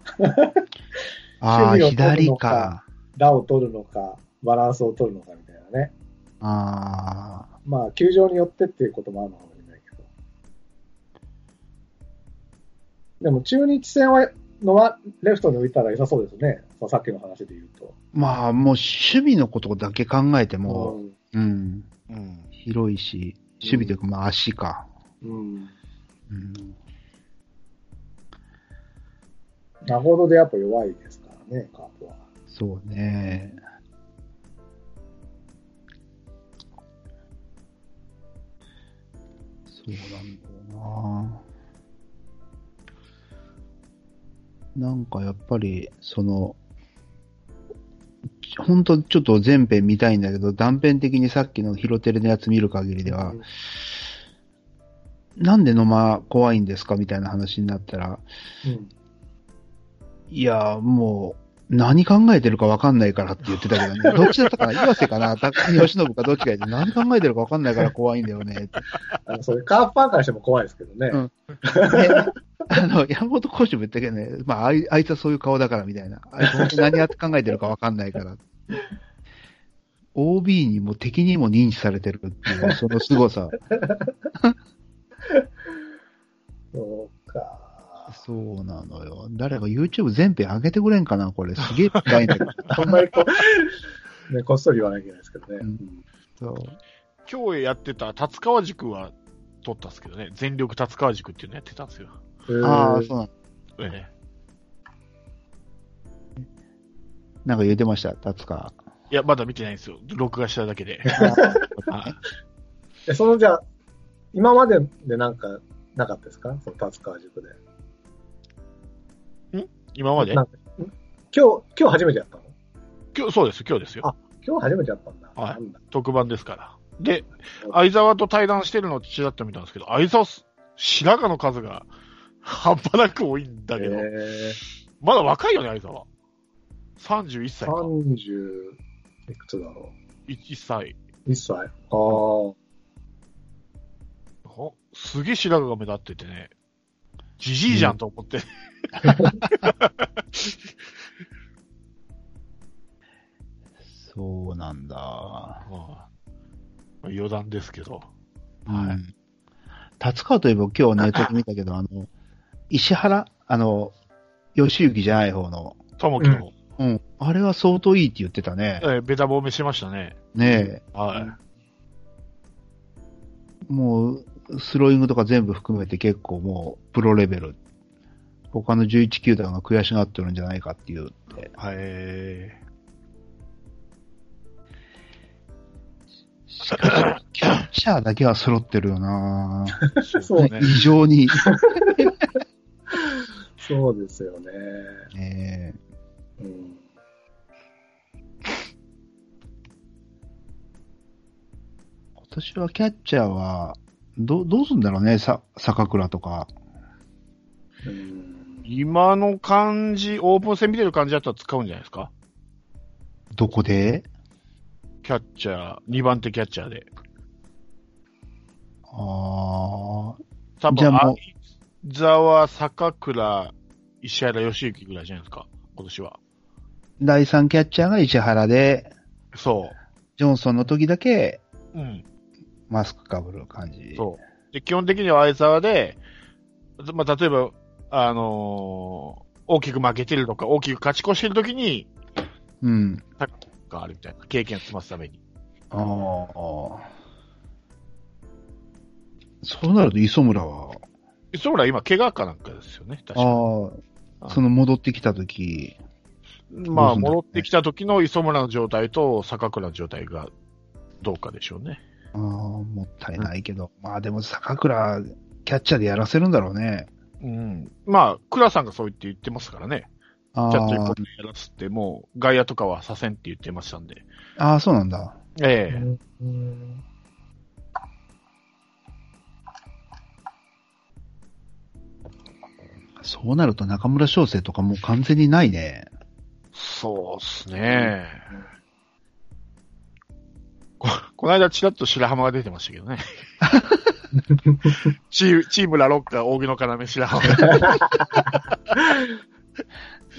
C: ああ、
D: 守備を取る
C: 左
D: のか
C: か。
D: ラを取るのか、バランスを取るのかみたいなね。
C: ああ、
D: まあ、球場によってっていうこともあるのかもしれないけど。でも、中日戦は、のは、レフトに浮いたら良さそうですね。まあさっきの話で言うと。
C: まあ、もう守備のことだけ考えても、
D: う
C: うん、
B: うん。
C: 広いし、守備というか、まあ、足か。
D: ん。うん。
C: うん、
D: なほどでやっぱ弱いですからね、カープは。
C: そうね。そうなんだよな。なんかやっぱり、その、本当ちょっと全編見たいんだけど、断片的にさっきのヒロテレのやつ見る限りでは、
D: うん
C: なんで野間怖いんですかみたいな話になったら、
D: うん。
C: いや、もう、何考えてるか分かんないからって言ってたけど ね。どっちだったかな岩瀬かな高木義信かどっちか言って、何考えてるか分かんないから怖いんだよ ね。って
D: あの、それ、カープファンからしても怖いですけどね。
C: うんねあの、山本講師も言ったけどね、まあ、あいあいつはそういう顔だからみたいな。あいつ本当に何やって考えてるか分かんないから。OB にも敵にも認知されてるっていう、その凄さ。
D: そうか。
C: そうなのよ。誰か YouTube 全編上げてくれんかなこれすげえ深いんだけど。
D: あんまりこう、 ね、こっそり言わなきゃいけないですけどね。
C: うん そう
B: 今日やってた達川塾は取ったんですけどね。全力達川塾っていうのやってたんですよ。
D: うん
C: ああ、
D: へー
C: そうなん
B: ええ。
C: なんか言ってました、達川。
B: いや、まだ見てないんですよ。録画しただけで。 あ
D: えそのじゃあ、今まででなんか、なかったですかその達川塾で。
B: 今まで
D: なんかん今日、今日初めてやったの
B: 今日、そうです、今日ですよ。
D: 今日初めてやったんだ。
B: はい
D: なんだ
B: 特番ですから。で、相沢と対談してるのをちらっと見たんですけど、相沢す、白髪の数が半端なく多いんだけど、
D: え
B: まだ若いよね、相沢。31
D: ー、
B: 歳か。
D: 30、いくつだろ
B: 1, 歳。
D: う ?1 歳。ああ。
B: ほすげえ白髪が目立っててね、じじいじゃんと思って。
C: そうなんだ。
B: まあ余談ですけど。
C: は。
B: はい
C: 達川といえば今日ネットで見た けど、あの、石原、あの、吉行じゃない方の、
B: ともきの、
C: うん、あれは相当いいって言ってたね。
B: えーベタ褒めしましたね。
C: ね
B: はい。
C: え、もう、スローイングとか全部含めて結構もう、プロレベル。他の11球団が悔しがってるんじゃないかっていうって。
B: はい。
C: しかし、キャッチャーだけは揃ってるよな
B: そうね。
C: 異常に。
D: そうですよね。
C: ねえ
D: うん。
C: 今年はキャッチャーは、どどうすんだろうね、さ坂倉とか。
D: うん、
B: 今の感じ、オープン戦見てる感じだったら使うんじゃないですか
C: どこで
B: キャッチャー、2番手キャッチャーで。
C: あああ。
B: 多
C: じゃ
B: 分、
C: あもう
B: 相沢、坂倉、石原良幸ぐらいじゃないですか、今年は。
C: 第3キャッチャーが石原で、
B: そ
C: ジョンソンの時だけ
B: う。うん。
C: マスクかぶる感じ。
B: そう。で、基本的には相沢で、まあ、例えば、あのー大きく負けてるとか、大きく勝ち越してるときに、
C: う。うん。
B: があるみたいな。経験を積ますために。
C: ああ。そうなると磯村は、
B: 磯村は今、怪我かなんかですよね、確か
C: ああ、その戻ってきた時、
B: まあ、
C: どうすんだろうね
B: 戻ってきた時の磯村の状態と坂倉の状態がどうかでしょうね。
C: ああ、もったいないけど、まあでも坂倉、キャッチャーでやらせるんだろうね。
B: うん。まあ、倉さんがそう言って言ってますからね。
C: あ
B: ちゃんと一個
C: あ
B: でやらすって、もう外野とかはさせんって言ってましたんで。
C: ああ、そうなんだ。
B: ええ
D: うん
C: そうなると中村翔成とかもう完全にないね。
B: そうっすね。こ、この間ちらっと白浜が出てましたけど ね。チーム、チームラロッカー、扇の要白 浜。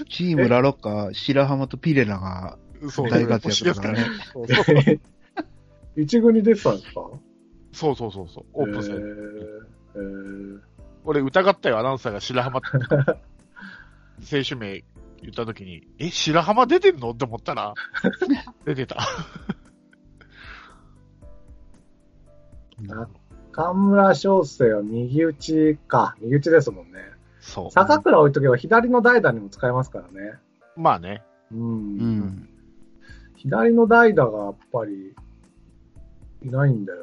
C: チームラロッカ、白浜とピレラが
B: そう、
C: 大活躍だからね。
B: そうそう
D: 一軍に出てたんですか
B: そうそうそうそう、オープンされて。
D: えーえー
B: 俺疑ったよ、アナウンサーが白浜って。選手名言った時に、え、白浜出てんのって思った ら、出てた。
D: な中村翔成は右打ちか。右打ちですもんね。
B: そう。
D: 坂倉置いとけば左の代打にも使えますからね。
B: まあね。
D: うん。
C: うん。
D: 左の代打がやっぱりいないんだよ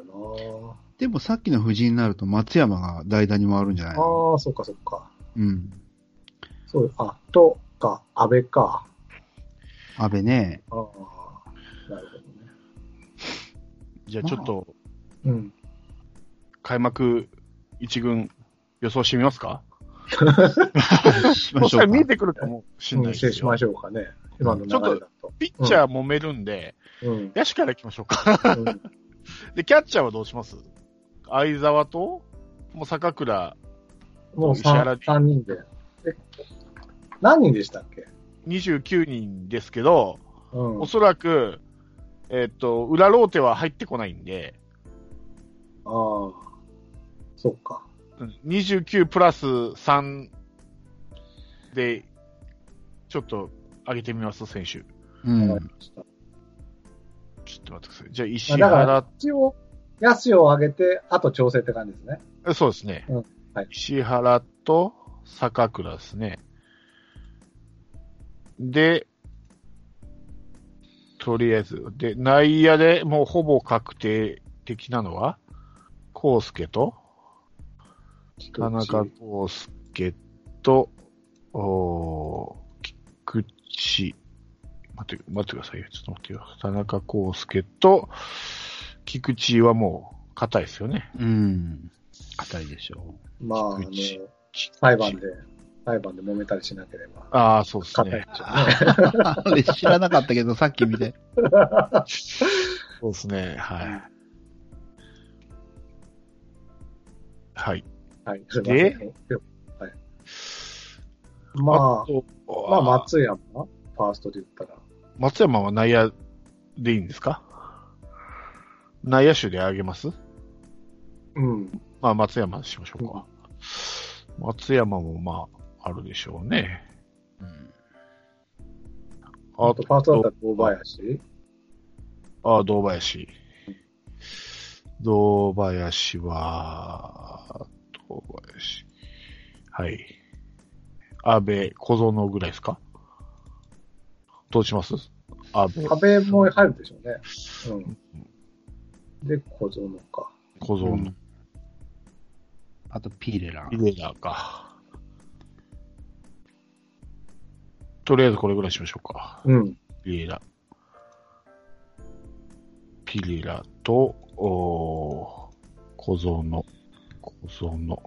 D: な
C: でもさっきの布陣になると松山が代打に回るんじゃないの
D: ああ、そっかそっか。
C: うん。
D: そう、あ、とか、安倍か。
C: 安倍 ね。
D: ああ、なる
B: じゃあちょっと、
D: ほどね。うん。
B: 開幕一軍予想してみますか
C: し
B: も
C: ま
B: し
C: し
B: か
C: ょ
B: ら
C: うか
B: 見えてくるかもしれない
D: 申
B: で
D: 請
B: す
D: し
B: よ
D: ま。しょうかね。今の流れだと。
B: ピッチャー揉めるんで、
D: うん。
B: 野手から行きましょうか。
D: うん
B: で、キャッチャーはどうします相沢と、もう坂倉、
D: もう
B: 石原
D: 三三人で。え、何人でしたっけ
B: 29人ですけど、
D: うん
B: お。そらく、えっ、と、裏ローテは入ってこないんで、
D: ああ、そっか。
B: うん29プラス3で、ちょっと上げてみます、選手。ちょ
C: うん
D: わか。りました。
B: っと待ってください。じゃあ、石
D: あだから
B: 原、
D: 一応、野手を上げて、あと調整って感じですね。
B: そうですね。
D: うんはい
B: 石原と坂倉ですね。で、とりあえず、で、内野でもうほぼ確定的なのは、康介と、田中康介と、おー菊池、待って、待ってくださいよ。ちょっと待ってよ。田中康介と、菊池はもう、硬いですよね。
C: うん。硬いでしょ
D: まあ、あの
B: 菊池、
D: 裁判で、裁判で揉めたりしなければ。
B: ああ、そうです
D: 硬い
B: ね
D: で。しょうね。
C: う。俺 知らなかったけど、さっき見て。
B: そうですね。はい。はい。
D: はい、すいません。はい、ま
B: と
D: あ、まあ、
B: まあ、
D: 松山、ファーストで言ったら。
B: 松山は内野でいいんですか内野手であげます
D: うん。
B: まあ、松山しましょうか。松山もまあ、あるでしょうね。あ
D: あと、ファーストだった
B: と、
D: ら大林。
B: ああ、堂林。堂林は、堂林。はい。安倍、小園ぐらいですかどうします安倍、
D: 壁も入るでしょうね。うん。で、小園か。
B: 小
C: う
B: 園
C: ん。あと、ピーレラ。
B: 入れなか。とりあえずこれぐらいしましょうか。
D: うん。
B: ピリラ。ピリラと、おー小園。小園。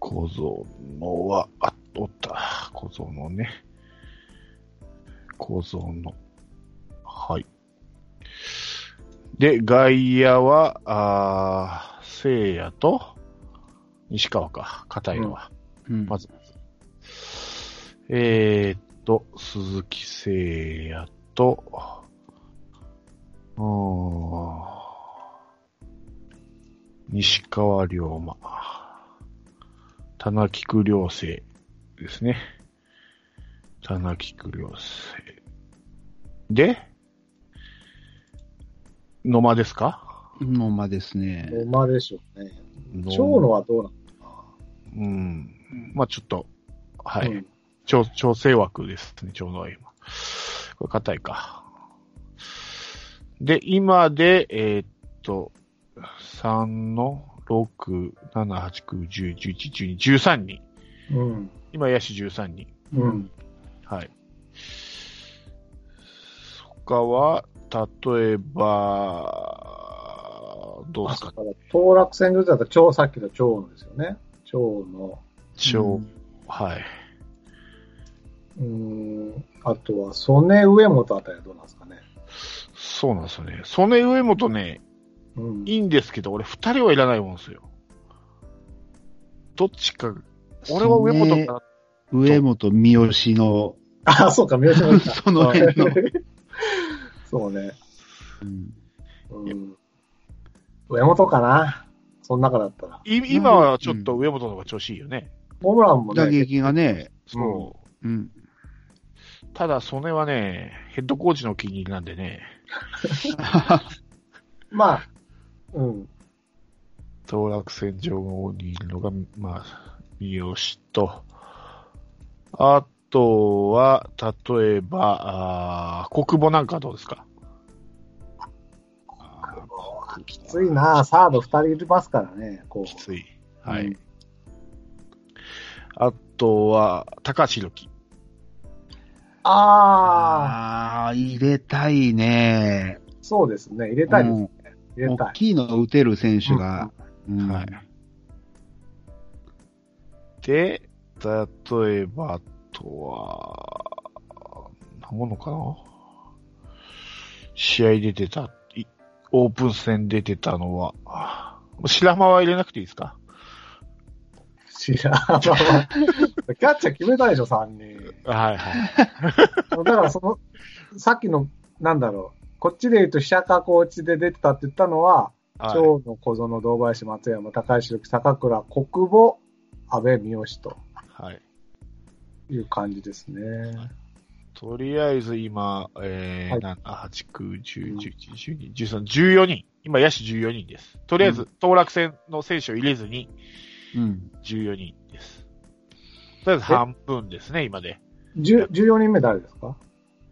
B: 小園は、あ、おった。小園ね。小園。はい。で、外野は、あ聖也と、西川か、片井は。
C: うん
B: まず、えーっと、鈴木誠也と、うーん西川龍馬、田中久良生ですね。田中久良生。で、野間ですか
C: のまですね。
D: 野間でしょうね。長野はどうなの
B: うん。まあちょっと、はい。
D: うん
B: 調、調整枠ですね、ちょうど今。これ硬いか。で、今で、えーっと、3の、6、7、8、9、10、11、12、13人。
D: うん。
B: 今、野手13人。
D: うん。
B: はい。他は、例えば、どうで
D: あ
B: す
D: そ
B: か
D: う、か当落戦術だったら、超さっきの長野ですよね。長野。
B: 超、はい。
D: うーん。あとは、曽根上本あたりはどうなんですかね。
B: そうなんですよね。曽根上本ね、
D: うん。
B: いいんですけど、俺二人はいらないもんですよ。どっちか、俺は上本か
C: 上本、三好の、
D: あ、そう か、宮島さ ん
C: その辺 の。
D: そうね。
C: うん
D: うん。上本かな。その中だったら。
B: い今はちょっと上本の方が調子いいよね。
D: ホームランも
C: 打
D: ね、
C: 撃がね、
B: そ
C: うん。
B: う。ただ、曽根はね、ヘッドコーチのお気に入りなんでね。
D: まあ、うん。
B: 当落戦場にいるのが、まあ、三好と、あとは、例えば、あー国母なんかはどうですか
D: きついな、サード2人いますからね、こう。
B: きつい。はい。
D: うん
B: あとは、高橋宏樹。
D: ああ、
C: ああ、入れたいね。
D: そうですね、入れたいです、
C: うん
D: 入れた
C: 大
D: い。
C: きいのを打てる選手が。うん
B: はい。で、例えば、あとは、なものかな試合で出た、いオープン戦で出たのは、白間は入れなくていいですか
D: 知らん。 キャッチャー決めたでしょ、3人。
B: はいはい。
D: だからその、さっきの、なんだろう、こっちで言うと、飛車かコーチで出てたって言ったのは、
B: はい、
D: 長野、小園、堂林、松山、高橋力、坂倉、国母、安倍、三好と
B: はい。
D: いう感じですね。
B: とりあえず今、えー
D: はい
B: 7、8、9、10、11、12、13、14人。今、野手14人です。とりあえず、当落戦の選手を入れずに、
C: うん。
B: 14人です。とりあえず半分ですね、今で。
D: じゅ14人目誰ですか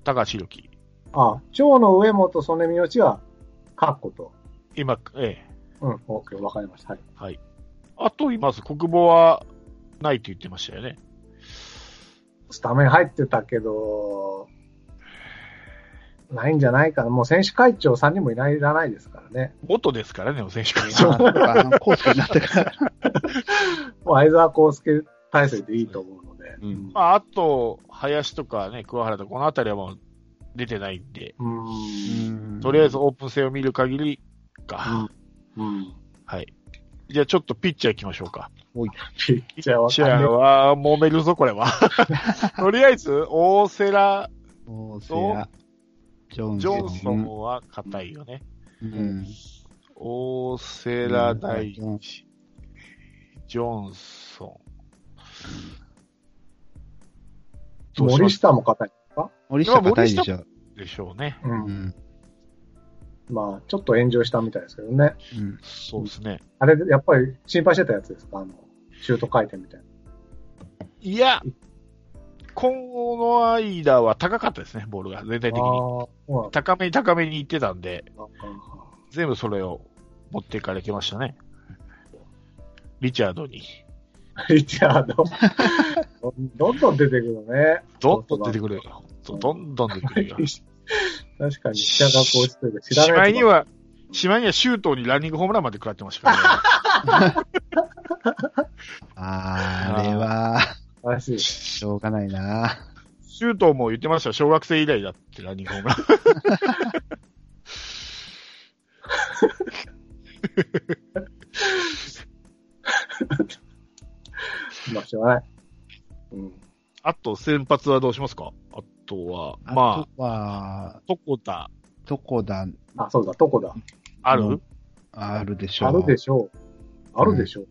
B: 高橋宏樹。
D: ああ、長野、上本、曽根、三好は、カッコと。
B: 今、ええ。
D: うん、OK、わかりました。はい。
B: はい。あといます。国母はないって言ってましたよね。
D: スタメン入ってたけど、ないんじゃないかな。もう選手会長3人もいない、いらないですからね。
B: 元ですからね、選手会
C: そ
B: 長。
C: うか、コースになってから。
D: もう相沢康介体制でいいと思うので。
C: うん
B: まあ、あと、林とかね、桑原とか、このあたりはもう出てないんで、
D: うーん。
B: とりあえず、オープン戦を見る限りか。
D: うん。
B: はい。じゃあちょっとピッチャー行きましょうか。
D: ピッチャーわ
B: ピッチ
D: か
B: ャー
D: んない。
B: は揉めるぞ、こ れは。とりあえず、大瀬良、
C: おーせやジョン
B: ジ
C: ソン。
B: ョンソンは硬いよね。
C: うん。
B: 大瀬良大地、
C: うん
B: ジョンソン。どう
D: 森
B: し
D: 下も硬い。
C: 森下硬いでしょ。
B: ますでしょうね。
D: う。
C: うんん。
D: まあ、ちょっと炎上したみたいですけどね。
C: うん
B: そうですね。
D: あれ、やっぱり心配してたやつですかあの、シュート回転みたいな。
B: いや、今後の間は高かったですね、ボールが。全体的
D: ああ
B: に。
D: ー、そうなんだ
B: 高めに高めに行ってたんで、
D: うん
B: 全部それを持っていかれてましたね。リチャードに。
D: リチャー ド。どんどん出てくるね。
B: どんどん出てくるよ。ほんとどんどん出て くるよ。
D: 確かに、飛車がこうしてる。知
B: しまい
D: やつ
B: には、しまいには周東にランニングホームランまで食らってました から、ね。
C: あれは、
D: らしい。
C: しょうがないな。
B: 周東も言ってましたよ。小学生以来だって、ランニングホームラン。
D: よね。うん。
B: あと、先発はどうしますかあとは、まあ
C: あ、とは、
B: 床田、
C: どこだ、
D: あ、そうだ、どこだ。
B: あ
C: う
B: る
C: んあるでしょう。
D: あるでしょう。あるでしょう。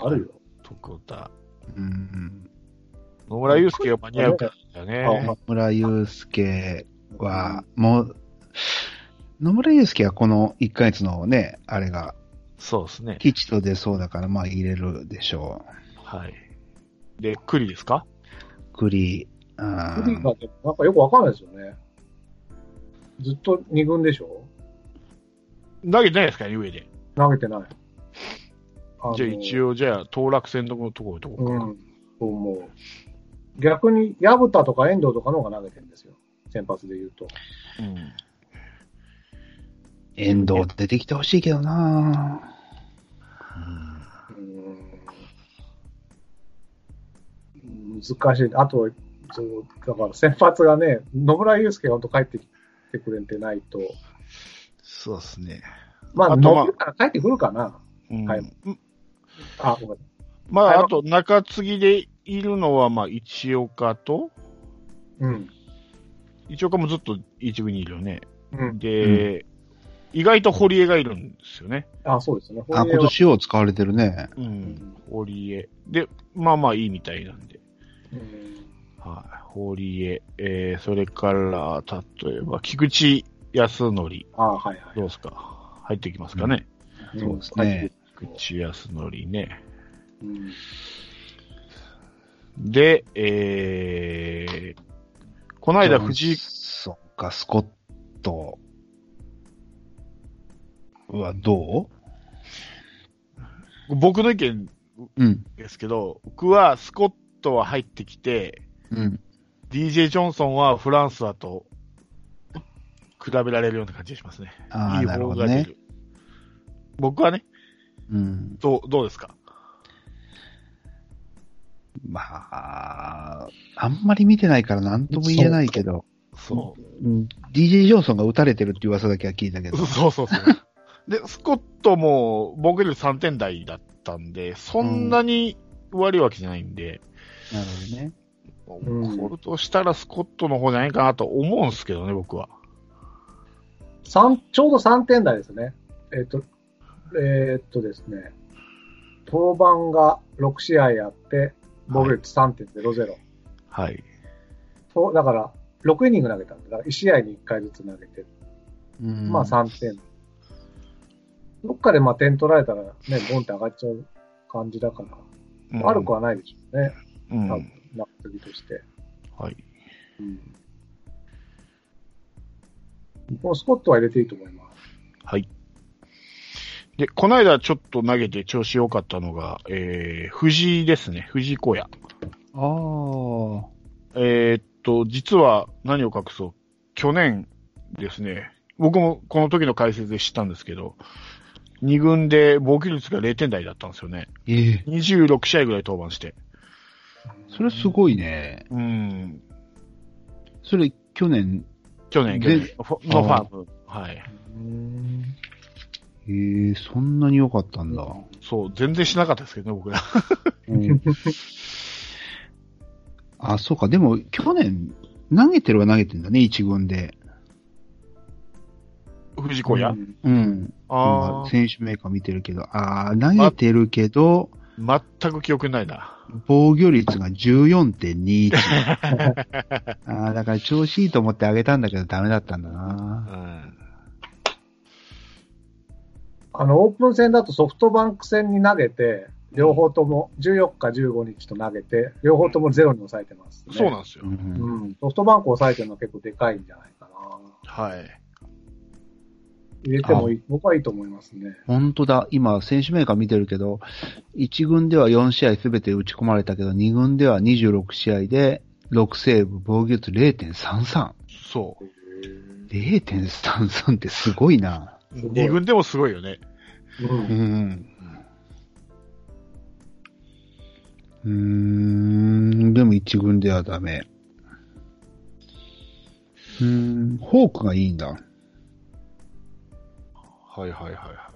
D: あるよ。
B: 床田。
C: うん。
B: 野村祐介が間に合うかだよね。
C: 野村祐介は、もう、野村祐介はこの1ヶ月のね、あれが、
B: そうですね。
C: 吉と出そうだから、まあ入れるでしょ
B: はい。で、栗ですか
C: う。栗、あ
D: フリー
C: ー
D: がなんかよくわかんないですよね。ずっと二軍でしょ
B: 投げてないですかね、上で。
D: 投げてない。あの
B: じゃあ一。応、じゃあ、当落戦のところとこ
D: う
B: か。
D: ん。と思う。逆に、薮田とか遠藤とかの方が投げてるんですよ。先発で言うと。
B: うん。
C: 遠藤出てきてほしいけどな
D: うん難しい。あと、そうだから先発がね、野村祐介が本当帰ってきてくれてないと、
B: そうですね。
D: まあ、
B: あとまあ
D: 伸びるから帰ってくるかな。
B: うん
D: はいあ、ごめん。
B: ま
D: はい
B: あ、あと、中継ぎでいるのは、まあ、一岡と、
D: うん。
B: 一岡もずっと一部にいるよね。
D: うん。
B: で、意外と堀江がいるんですよね。
D: あ、そうですね。
C: あ、
D: 堀江
C: 今
D: は
C: 年を使われてるね。
B: う。
D: うんん
B: 堀江。で、まあまあいいみたいなんで。
D: うん
B: はい。堀江。えー、それから、例えば、菊池康則。
D: あ、はいはい。
B: どうですか入ってきますかね。
C: そうですね。
B: 菊池康則ね。
D: うん。
B: で、えー、この間藤井、
C: そっか、スコットはど
B: 僕の意見
C: ううん。
B: ですけど、僕はスコットは入ってきて、
C: うん。
B: DJ ジョンソンはフランスだと比べられるような感じがしますね。
C: あ
B: い
C: あ、
B: い
C: なる
B: 方
C: ほ
B: が
C: ど
B: 出
C: ね。
B: る。僕はね、
C: うん。
B: どう、どうですか
C: まあ、あんまり見てないから何とも言えないけど、
B: そ
C: うん、DJ ジョンソンが打たれてるっていう噂だけは聞いたけ
B: う。
C: ど。
B: そうそうそう。 で、スコットも僕より3点台だったんで、そんなに悪いわけじゃないんで、
C: なるほどね。
D: うん
B: コルとしたらスコットの方じゃないかなと思うんですけどね、僕は。
D: 三ちょうど3点台ですね。えっ、と、えっ、とですね、登板が6試合あって、防御率3.00。
B: はい。
D: そう、だから、6イニング投げたんだ。だから1試合に1回ずつ投げて、
C: うん、
D: まあ3点。どっかでまあ点取られたらね、ボンって上がっちゃう感じだから、悪く
B: は。
D: はないでしょうね。
B: う
D: 多
B: ん。
D: 分、中継ぎとして。
B: はい。
D: うん。もうスコットは入れていいと思います。
B: はい。で、この間ちょっと投げて調子良かったのが、えー、藤井ですね。藤井荒也。
C: ああ。
B: えーっと、実は何を隠そう。去年ですね。僕もこの時の解説で知ったんですけど、2軍で防御率が0点台だったんですよね。
C: ええ
B: 26試合ぐらい登板して。
C: それすごいね。
B: うん。
C: それ去年、
B: 去年、去年
C: で
B: フォのファーム。はい。
D: うん。
C: ええそんなに良かった んだ。
B: そう、全然しなかったですけどね、僕ら。
C: うん、あ、そうか。でも去年、投げてるは投げてんだね、一軍で。
B: 藤子や。
D: うん
C: うん。
B: あ
C: 今選手メーカー見てるけど、ああ、投げてるけど、
B: あ、全く記憶にないな。
C: 防御率が14.21。ああ、だから調子いいと思ってあげたんだけどダメだったんだ
B: う
C: な。
B: ん。
D: あの、オープン戦だとソフトバンク戦に投げて、両方とも14日、15日と投げて、両方ともゼロに抑えてます、ね。
B: そうなんですよ。
C: うん
D: うん。ソフトバンクを抑えてるのは結構でかいんじゃないかな。
B: はい。
D: 入れてもいい、僕はいいと思いますね。
C: 本当だ。今、選手メーカー見てるけど、1軍では4試合すべて打ち込まれたけど、2軍では26試合で6セーブ、防御率0.33。
B: そ
C: 0.33ってすごいな。
B: う。
D: すごい
B: 二軍でもすごいよね。
D: う。
C: うんん。うーん、でも1軍ではダメ。うーん、フォークがいいんだ。
B: はいはいはいは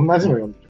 B: い。
D: 同じの読んでる。